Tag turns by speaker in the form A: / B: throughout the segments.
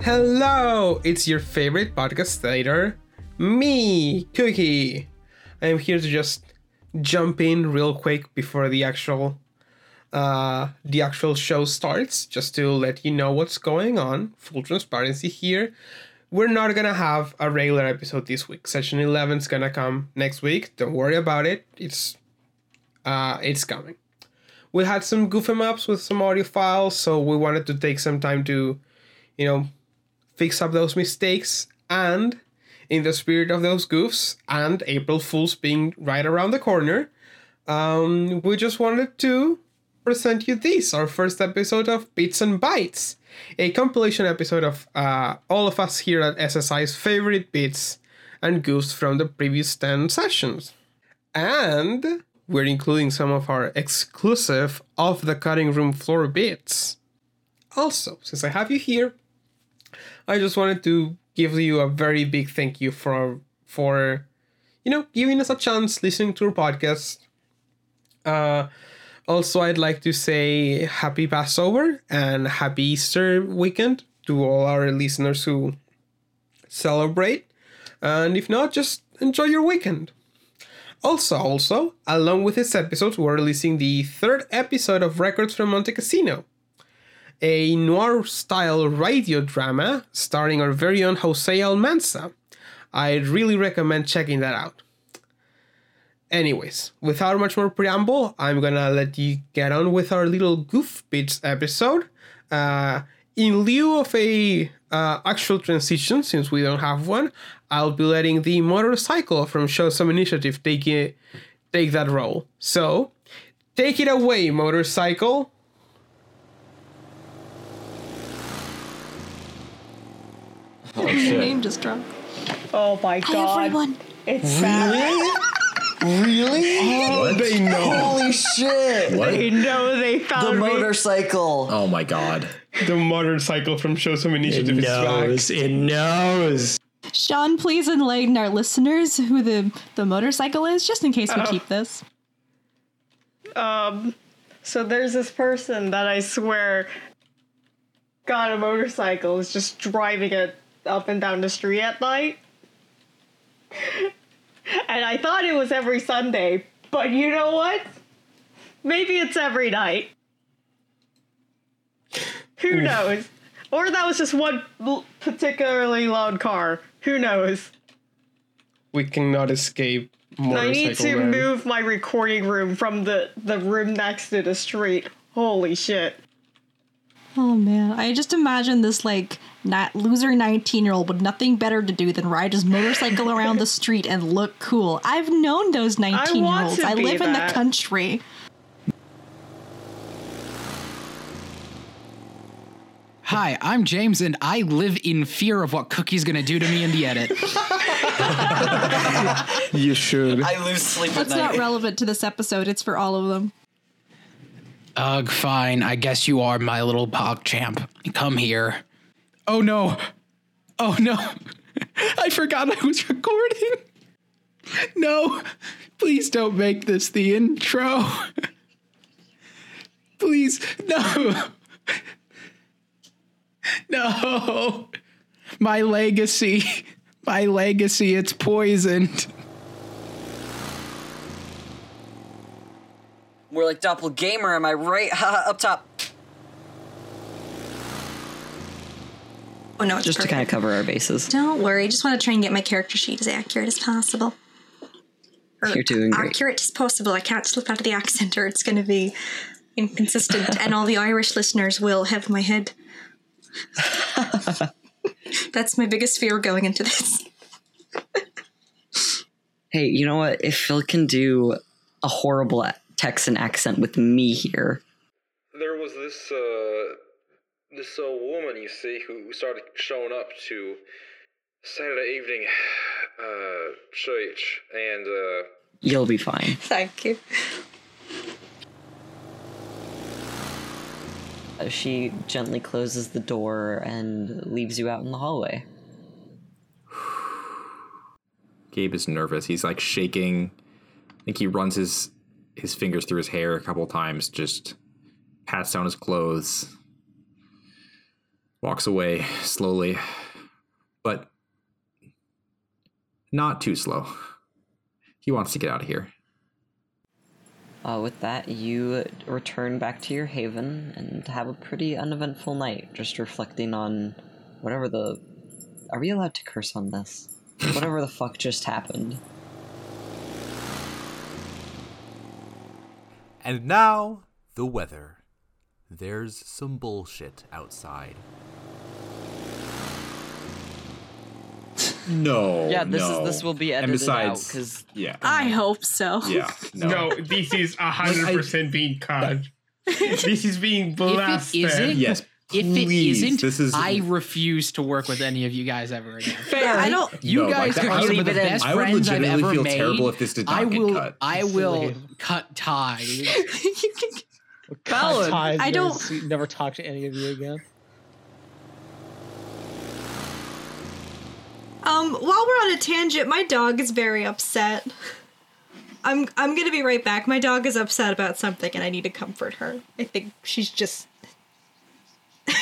A: Hello, it's your favorite podcast later, me, Cookie. I am here to just jump in real quick before the actual uh the actual show starts just to let you know what's going on full transparency here we're not gonna have a regular episode this week session 11 is gonna come next week don't worry about it it's uh it's coming we had some goof em ups with some audio files so we wanted to take some time to you know fix up those mistakes and in the spirit of those goofs and april fools being right around the corner um we just wanted to present you this our first episode of Bits and Bytes, a compilation episode of uh, all of us here at SSI's favorite bits and goofs from the previous 10 sessions. And we're including some of our exclusive off the cutting room floor bits. Also, since I have you here, I just wanted to give you a very big thank you for for you know giving us a chance listening to our podcast. Uh also, I'd like to say happy Passover and happy Easter weekend to all our listeners who celebrate. And if not, just enjoy your weekend. Also, also, along with this episode, we're releasing the third episode of Records from Monte Cassino, a noir style radio drama starring our very own Jose Almanza. I really recommend checking that out. Anyways, without much more preamble, I'm gonna let you get on with our little goof bits episode. Uh, in lieu of a uh, actual transition, since we don't have one, I'll be letting the motorcycle from Show Some Initiative take it, take that role. So, take it away, motorcycle.
B: Oh, shit.
C: name just dropped.
D: Oh my god.
C: Hi everyone.
D: It's sad.
E: Really?
B: What?
A: They know
E: Holy shit!
D: They
B: What?
D: know they
E: The
D: found me.
E: motorcycle.
B: Oh my god.
A: the motorcycle from Show Some Initiative is back.
B: It knows.
C: Sean, please enlighten our listeners who the the motorcycle is, just in
F: Oh.
C: case we keep this.
D: So there's this person that I swear got a motorcycle, is just driving it up and down the street at night. and I thought it was every Sunday, but you know what? Maybe it's every night. Who knows? Or that was just one l- particularly loud car. Who knows?
A: We cannot escape motorcycle.
D: I need to
A: man.
D: move my recording room from the, the room next to the street. Holy shit.
C: Oh man, I just imagine this like not loser 19 year old with nothing better to do than ride his motorcycle around the street and look cool. I've known those 19 year olds.
D: to
C: I
D: be
C: live in
D: that.
C: the country.
G: Hi, I'm James, and I live in fear of what Cookie's gonna do to me in the edit.
A: You should.
E: I lose sleep at
C: That's not
E: night.
C: relevant to this episode. It's for all of them.
G: Ugh, fine. I guess you are my little pog champ. Come here. Oh no. Oh no. I forgot I was recording. No. Please don't make this the intro. Please. No. No. My legacy. My legacy. It's poisoned.
H: We're like doppelgamer, am I right? Ha, up top. Oh no, it's
I: just to kind of cover our bases.
F: Don't worry. I just want to try and get my character sheet as accurate as possible. Or
I: You're doing great.
F: accurate as possible. I can't slip out of the accent, or it's going to be inconsistent, and all the Irish listeners will have my head. That's my biggest fear going into this.
I: Hey, you know what? If Phil can do a horrible Texan accent with me here,
J: there was this uh this uh, woman you see who who started showing up to Saturday evening uh church and uh
I: you'll be fine.
F: Thank you.
I: Uh, She gently closes the door and leaves you out in the hallway.
B: Gabe is nervous. He's like shaking. I think he runs his his fingers through his hair a couple times, just pats down his clothes. walks away slowly, but not too slow. He wants to get out of here.
I: Uh, with that, you return back to your haven and have a pretty uneventful night, just reflecting on whatever the. Are we allowed to curse on this? whatever the fuck just happened.
K: And now, the weather. There's some bullshit outside.
B: No.
I: yeah, this
B: no.
I: is this will be
B: And
I: edited
B: besides-
I: out because
B: yeah.
C: I hope so.
B: Yeah.
A: No, this is hundred percent being cut. this is being
G: If
A: blasted.
G: it isn't, if it isn't, I refuse to work with any of you guys ever again.
C: Yeah, I don't.
G: You
B: No,
G: guys
B: like that-
G: are
B: I
G: some of
B: would-
G: the best
B: I would
G: friends I've
B: legitimately
G: ever
B: feel
G: made.
B: terrible if this did not
G: I
B: get
G: will.
B: cut.
G: I will cut ties.
L: Cut ties,
C: I
L: guys.
C: don't-
L: You Never talk to any of you again.
C: Um, while we're on a tangent, my dog is very upset. I'm I'm gonna be right back. My dog is upset about something, and I need to comfort her. I think she's just.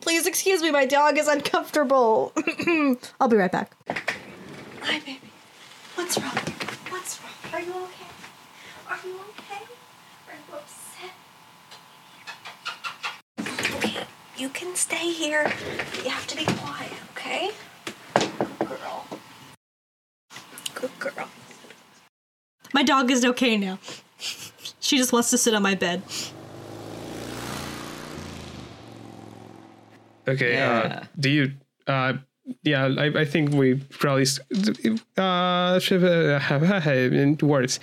C: Please excuse me. My dog is uncomfortable. I'll be right back. Hi, baby. What's wrong? What's wrong? Are you okay? Are you okay? Are you upset? Okay, you can stay here. but You have to be quiet, okay? Good girl. Good girl. My dog is okay now. she just wants to sit on my bed.
A: Okay. Uh, do you? Uh, yeah, I, I think we probably s- uh, should uh, have have- in words.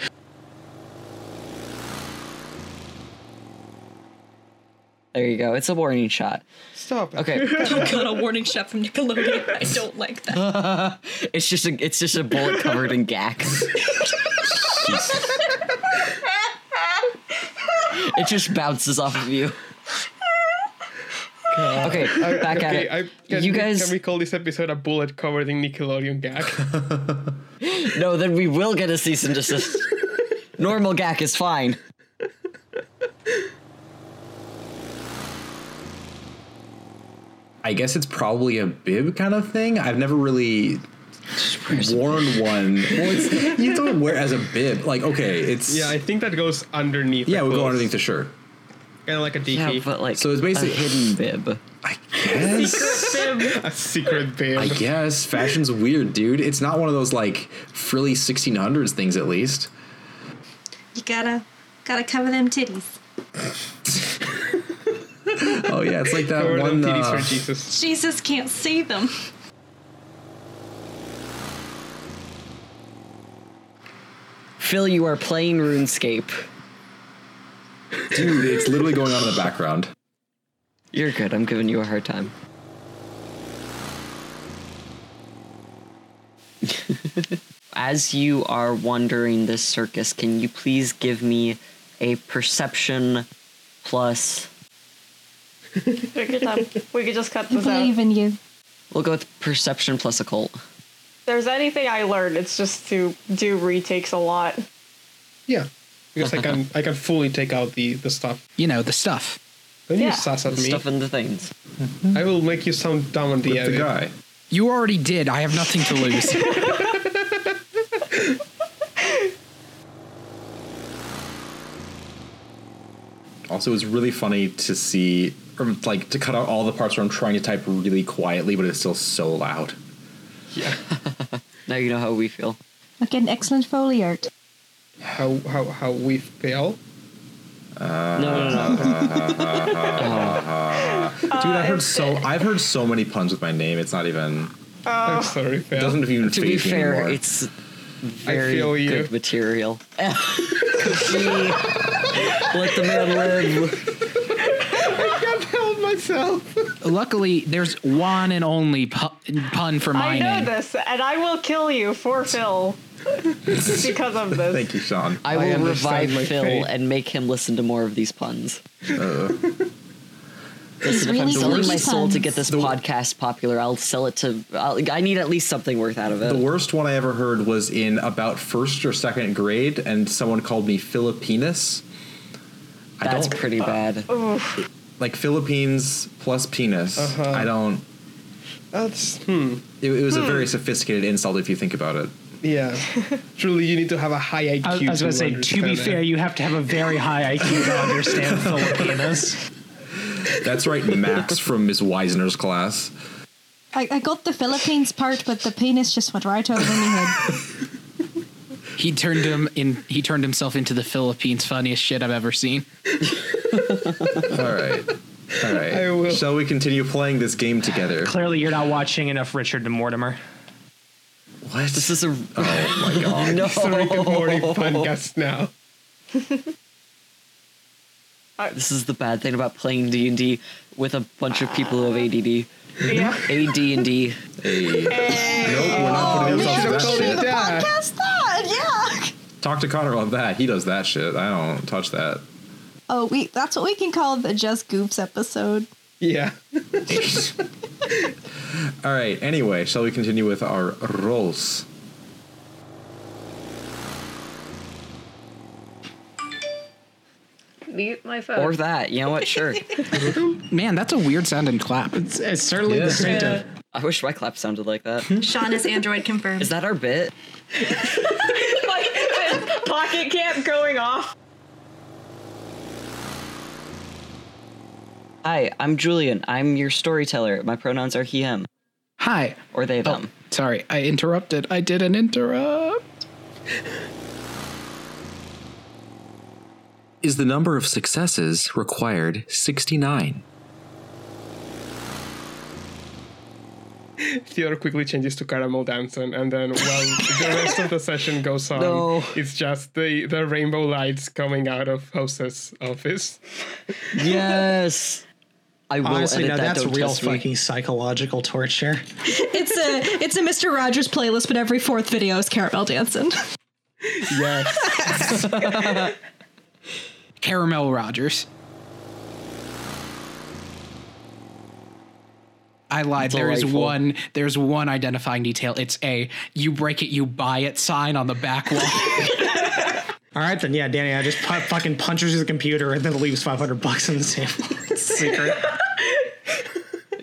I: there you go. It's a warning shot.
A: Stop.
I: Okay.
C: oh god, a warning shot from Nickelodeon. I don't like that.
I: it's just a it's just a bullet covered in gax. it just bounces off of you. Okay, back at it.
A: can
I: You
A: we-
I: guys-
A: can we call this episode a bullet covered in Nickelodeon gag?
I: No, then we will get a cease and desist. Normal gack is fine.
B: I guess it's probably a bib kind of thing. I've never really worn one. Well, it's, you don't wear it as a bib. Like, okay, it's
A: yeah, I think that goes underneath.
B: yeah, it
A: the
B: would go
A: clothes.
B: underneath the shirt.
A: Kind of like a
I: Yeah,
A: DP.
I: but like
B: So it's basically-
I: a hidden bib.
A: Secret bib. a secret bib.
B: I guess fashion's weird, dude. It's not one of those like frilly 1600s things, at least.
C: You gotta, gotta cover them titties.
B: Oh yeah, it's like that
A: Covered
B: one.
A: in titties
B: uh,
A: for Jesus.
C: Jesus can't see them.
I: Phil, you are playing RuneScape.
B: Dude, it's literally going on in the background.
I: You're good. I'm giving you a hard time. As you are wandering this circus, can you please give me a perception plus?
D: Take your time. We could just cut this out.
M: in you.
I: We'll go with perception plus occult.
D: If there's anything I learned, it's just to do retakes a lot.
A: Yeah, because I can I can fully take out the the stuff.
G: You know the stuff.
A: Don't
D: Yeah.
A: you sass at
G: The
A: me.
G: stuff
I: and the things.
A: I will make you sound dumb on the
G: With the
A: edit.
G: guy. You already did. I have nothing to lose.
B: Also, it was really funny to see, or like, to cut out all the parts where I'm trying to type really quietly, but it's still so loud.
I: Now you know how we feel.
M: Okay, an excellent Foley art.
A: How how how we fail?
B: Uh,
I: no,
B: Dude,
I: Uh,
B: I heard so. I've heard so many puns with my name. It's not even.
D: Oh.
A: sorry,
B: It doesn't even
I: To be
B: faze me
I: fair,
B: anymore.
I: it's very
B: feel you.
I: good material. Let the man live.
A: I can't help myself.
G: Luckily, there's one and only pu- pun for my
D: I know
G: name.
D: this, and I will kill you for Phil because of this.
B: Thank you, Sean.
I: I will revive Phil and make him listen to more of these puns. Listen, if I'm
M: really
I: selling
M: good
I: my
M: with
I: soul to get
M: puns.
I: this podcast popular, I'll sell it to. I'll, I need at least something worth out of it.
B: The worst one I ever heard was in about first or second grade, and someone called me Filipinas.
I: uh, That's pretty bad.
B: like Philippines plus penis.
A: Uh-huh.
B: I don't.
A: That's hmm.
B: It, it was a
A: Hmm.
B: very sophisticated insult if you think about it.
A: Yeah. Truly, you need to have a high IQ.
M: I, I was going to say, to be
A: understand
M: fair, you have to have a very high IQ to understand Filipinas.
B: That's right, Max from Miss Weisner's class.
C: I, I got the Philippines part, but the penis just went right over my head.
G: He turned him in. He turned himself into the Philippines' funniest shit I've ever seen.
B: All right. All right.
G: I will.
B: Shall we continue playing this game together?
M: Clearly, you're not watching enough Richard and Mortimer.
B: What? This
G: is a.
B: Oh my god.
A: It's the Rick and Morty podcast now.
I: This is the bad thing about playing D and D with a bunch of people who have ADD.
D: Yeah.
I: AD and D.
B: Nope, we're
A: Oh,
B: not putting
I: man,
B: ourselves
I: don't
B: in
I: do the
B: that shit.
C: Podcast that, yeah.
B: Talk to Connor about that. He does that shit. I don't touch that.
C: Oh, we that's what we can call the Just Goops episode.
A: Yeah.
B: All right. Anyway, shall we continue with our rolls?
D: Mute my phone.
I: Or that. You know what? Sure.
G: Man, that's a weird sounding clap. It's,
M: it's certainly
I: Yeah. I wish my clap sounded like that.
F: Sean is Android confirmed.
I: Is that our bit?
D: like this pocket camp going off.
I: Hi, I'm Julian. I'm your storyteller. My pronouns are he, him.
G: Hi. Oh,
I: Or they, them.
G: Sorry, I interrupted. I did an interrupt.
N: Is the number of successes required 69?
A: Theodore quickly changes to caramel dancing, and then while the rest of the session goes on,
I: No.
A: it's just the, the rainbow lights coming out of Jose's office.
I: Yes. I
A: will
M: Honestly,
A: edit
M: no,
A: that,
M: that's
A: don't
M: real
A: test me.
M: fucking psychological torture.
C: It's a it's a Mr. Rogers playlist, but every fourth video is Caramel dancing.
A: Yes.
G: Caramel Rogers. I lied. There is
M: Delightful.
G: one. There's one identifying detail. It's a you break it, you buy it sign on the back wall.
M: All right, then, yeah, Danny, I just pu- fucking punches his computer and then leaves 500 bucks in the safe. Secret.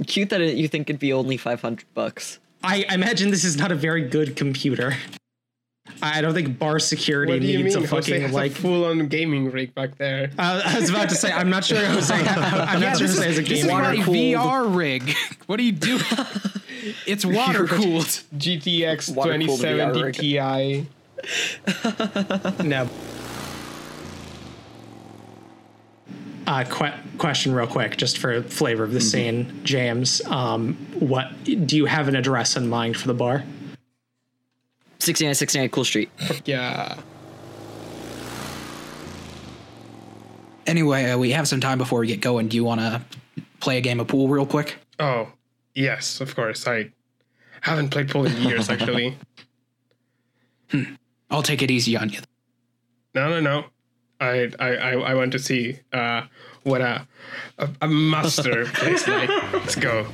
I: Cute that it, you think it'd be only 500 bucks.
M: I imagine this is not a very good computer. I I don't think bar security
A: what do you
M: needs
A: mean?
M: a
A: Jose
M: fucking
A: has
M: like.
A: a full-on gaming rig back there.
M: Uh, I was about to say, I'm not sure Jose. I'm
G: Yeah,
M: not sure
G: this
M: Jose
G: is-
M: has a
G: this is
M: gaming
G: my
M: rig.
G: VR rig. What are you doing? it's water cooled.
A: GTX
G: Water-cooled
A: 2070
G: VR.
A: Ti.
M: no. Uh, que- question, real quick, just for flavor of the scene, James. Um, what do you have an address in mind for the bar?
I: 6969 Cool Street.
A: Yeah.
G: Anyway, uh, we have some time before we get going. Do you want to play a game of pool real quick?
A: Oh, yes, of course. I haven't played pool in years, actually.
G: I'll take it easy on you.
A: No, no, no. I, I, I, I want to see uh, what a, a, a master plays like. Let's go.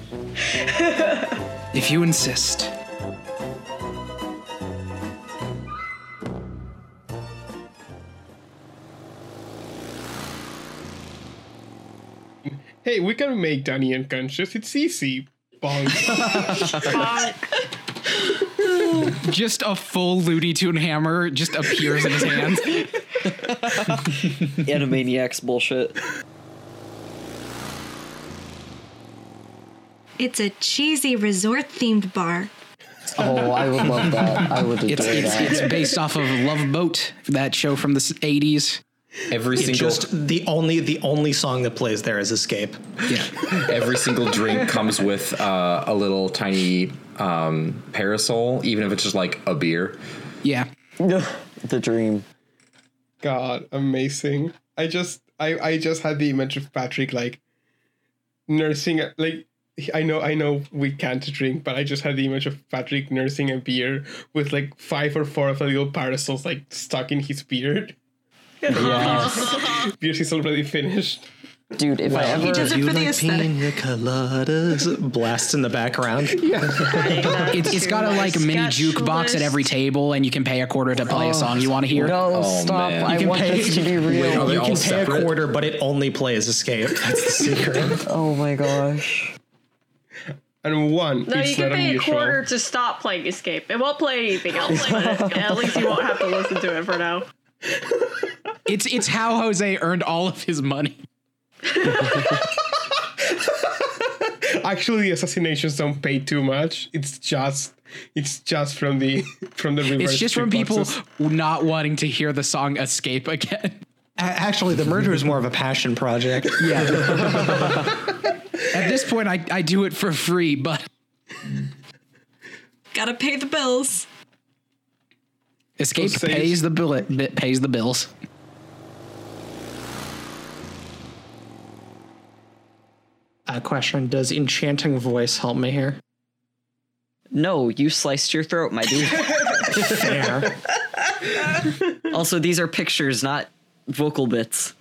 G: If you insist.
A: Hey, we can make Danny unconscious. It's easy. Bonk.
G: Just a full Looney Tune hammer just appears in his hand.
I: Animaniacs bullshit.
F: It's a cheesy resort themed bar.
I: Oh, I would love that. I would
G: It's,
I: adore
G: it's,
I: that.
G: it's based off of Love Boat, that show from the s- 80s.
B: Every
M: It
B: single
M: just the only the only song that plays there is Escape.
B: every single drink comes with uh, a little tiny um, parasol, even if it's just like a beer.
G: Yeah.
I: the dream.
A: God, amazing. I just I, I just had the image of Patrick like nursing a- like I know I know we can't drink, but I just had the image of Patrick nursing a beer with like five or four of the little parasols like stuck in his beard.
F: Yes.
A: Beers is already finished.
M: Dude, if I ever
J: he does it for the aesthetic.
O: coladas
J: blast in the background.
G: It's, it's got a like mini jukebox at every table, and you can pay a quarter to play a song you want to hear.
M: No, stop!
G: You
M: I
G: can
M: want
G: pay-
M: this to be real.
B: Oh,
G: Wait, are they
J: you
G: all
J: can pay
G: separate?
J: a quarter, but it only plays escape. That's the secret.
M: oh my gosh.
A: And one.
D: No,
A: it's
D: you can
A: not
D: pay a
A: unusual.
D: quarter to stop playing Escape. It won't play anything else, but at least you won't have to listen to it for now.
G: It's it's how Jose earned all of his money.
A: Actually, the assassinations don't pay too much. It's just it's just from the from the reverse.
G: It's just from people not wanting to hear the song "Escape" again.
J: Actually, the murder is more of a passion project.
G: Yeah. At this point, I, I do it for free, but
P: Gotta pay the bills.
G: escape
P: Those things-
G: pays the bill bi- pays the bills.
J: Uh, question: Does enchanting voice help me here?
M: No, you sliced your throat, my dude.
J: Fair.
M: also, these are pictures, not vocal bits.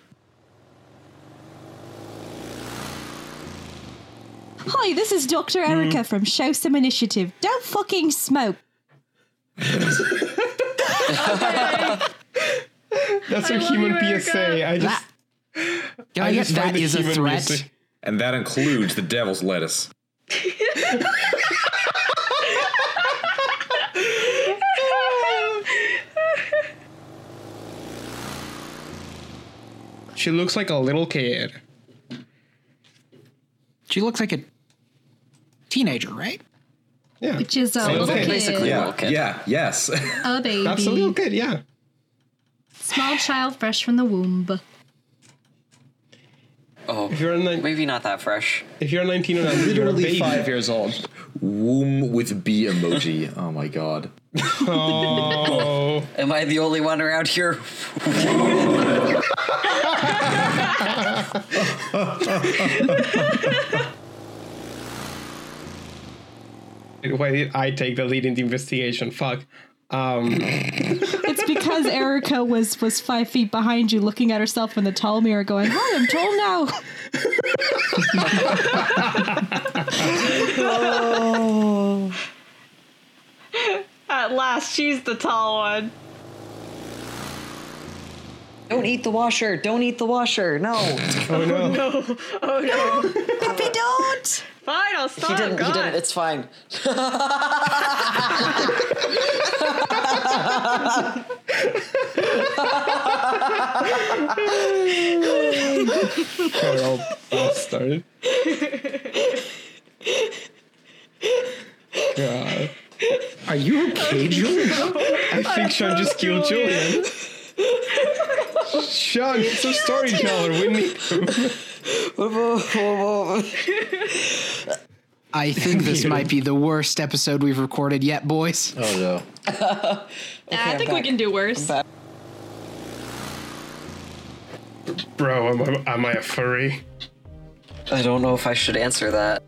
C: Hi, this is Dr.
J: Hmm.
C: Erica from Show Some Initiative. Don't fucking smoke.
A: That's
C: I
A: a
C: love
A: human
C: you, Erica.
A: PSA. I just
G: Can
A: I just find it human music.
B: And that includes the devil's lettuce.
A: she looks like a little kid.
G: She looks like a teenager, right?
A: Yeah.
C: Which is a
B: Same
C: little
B: thing.
C: kid. Basically
B: yeah,
C: a little kid.
B: Yeah, yes.
C: A baby.
A: That's a little kid, yeah.
C: Small child fresh from the womb.
M: Oh,
A: if you're nine,
M: maybe not that fresh.
A: If you're 19 and under, you're a
B: Literally
A: baby.
B: five years old. Womb with B emoji. Oh my god.
A: Oh.
M: Am I the only one around here?
A: Why did I take the lead in the investigation? Fuck. Um,
C: It's because Erica was was five feet behind you, looking at herself in the tall mirror, going, "Hi, I'm tall now."
D: At last, she's the tall one.
M: Don't eat the washer. Don't eat the washer. No.
A: Oh no.
D: no. Oh no. Puppy, don't. Fine, I'll stop.
M: He didn't. He
D: God.
M: didn't. It's fine.
A: Carol bastard. God.
J: Are you okay, Julian?
A: I think Sean just killed Julian. Sean, it's a storyteller. We need
G: I think this might be the worst episode we've recorded yet, boys.
B: Oh no.
D: I think we can do worse.
A: Bro, am I, am I a furry?
M: I don't know if I should answer that.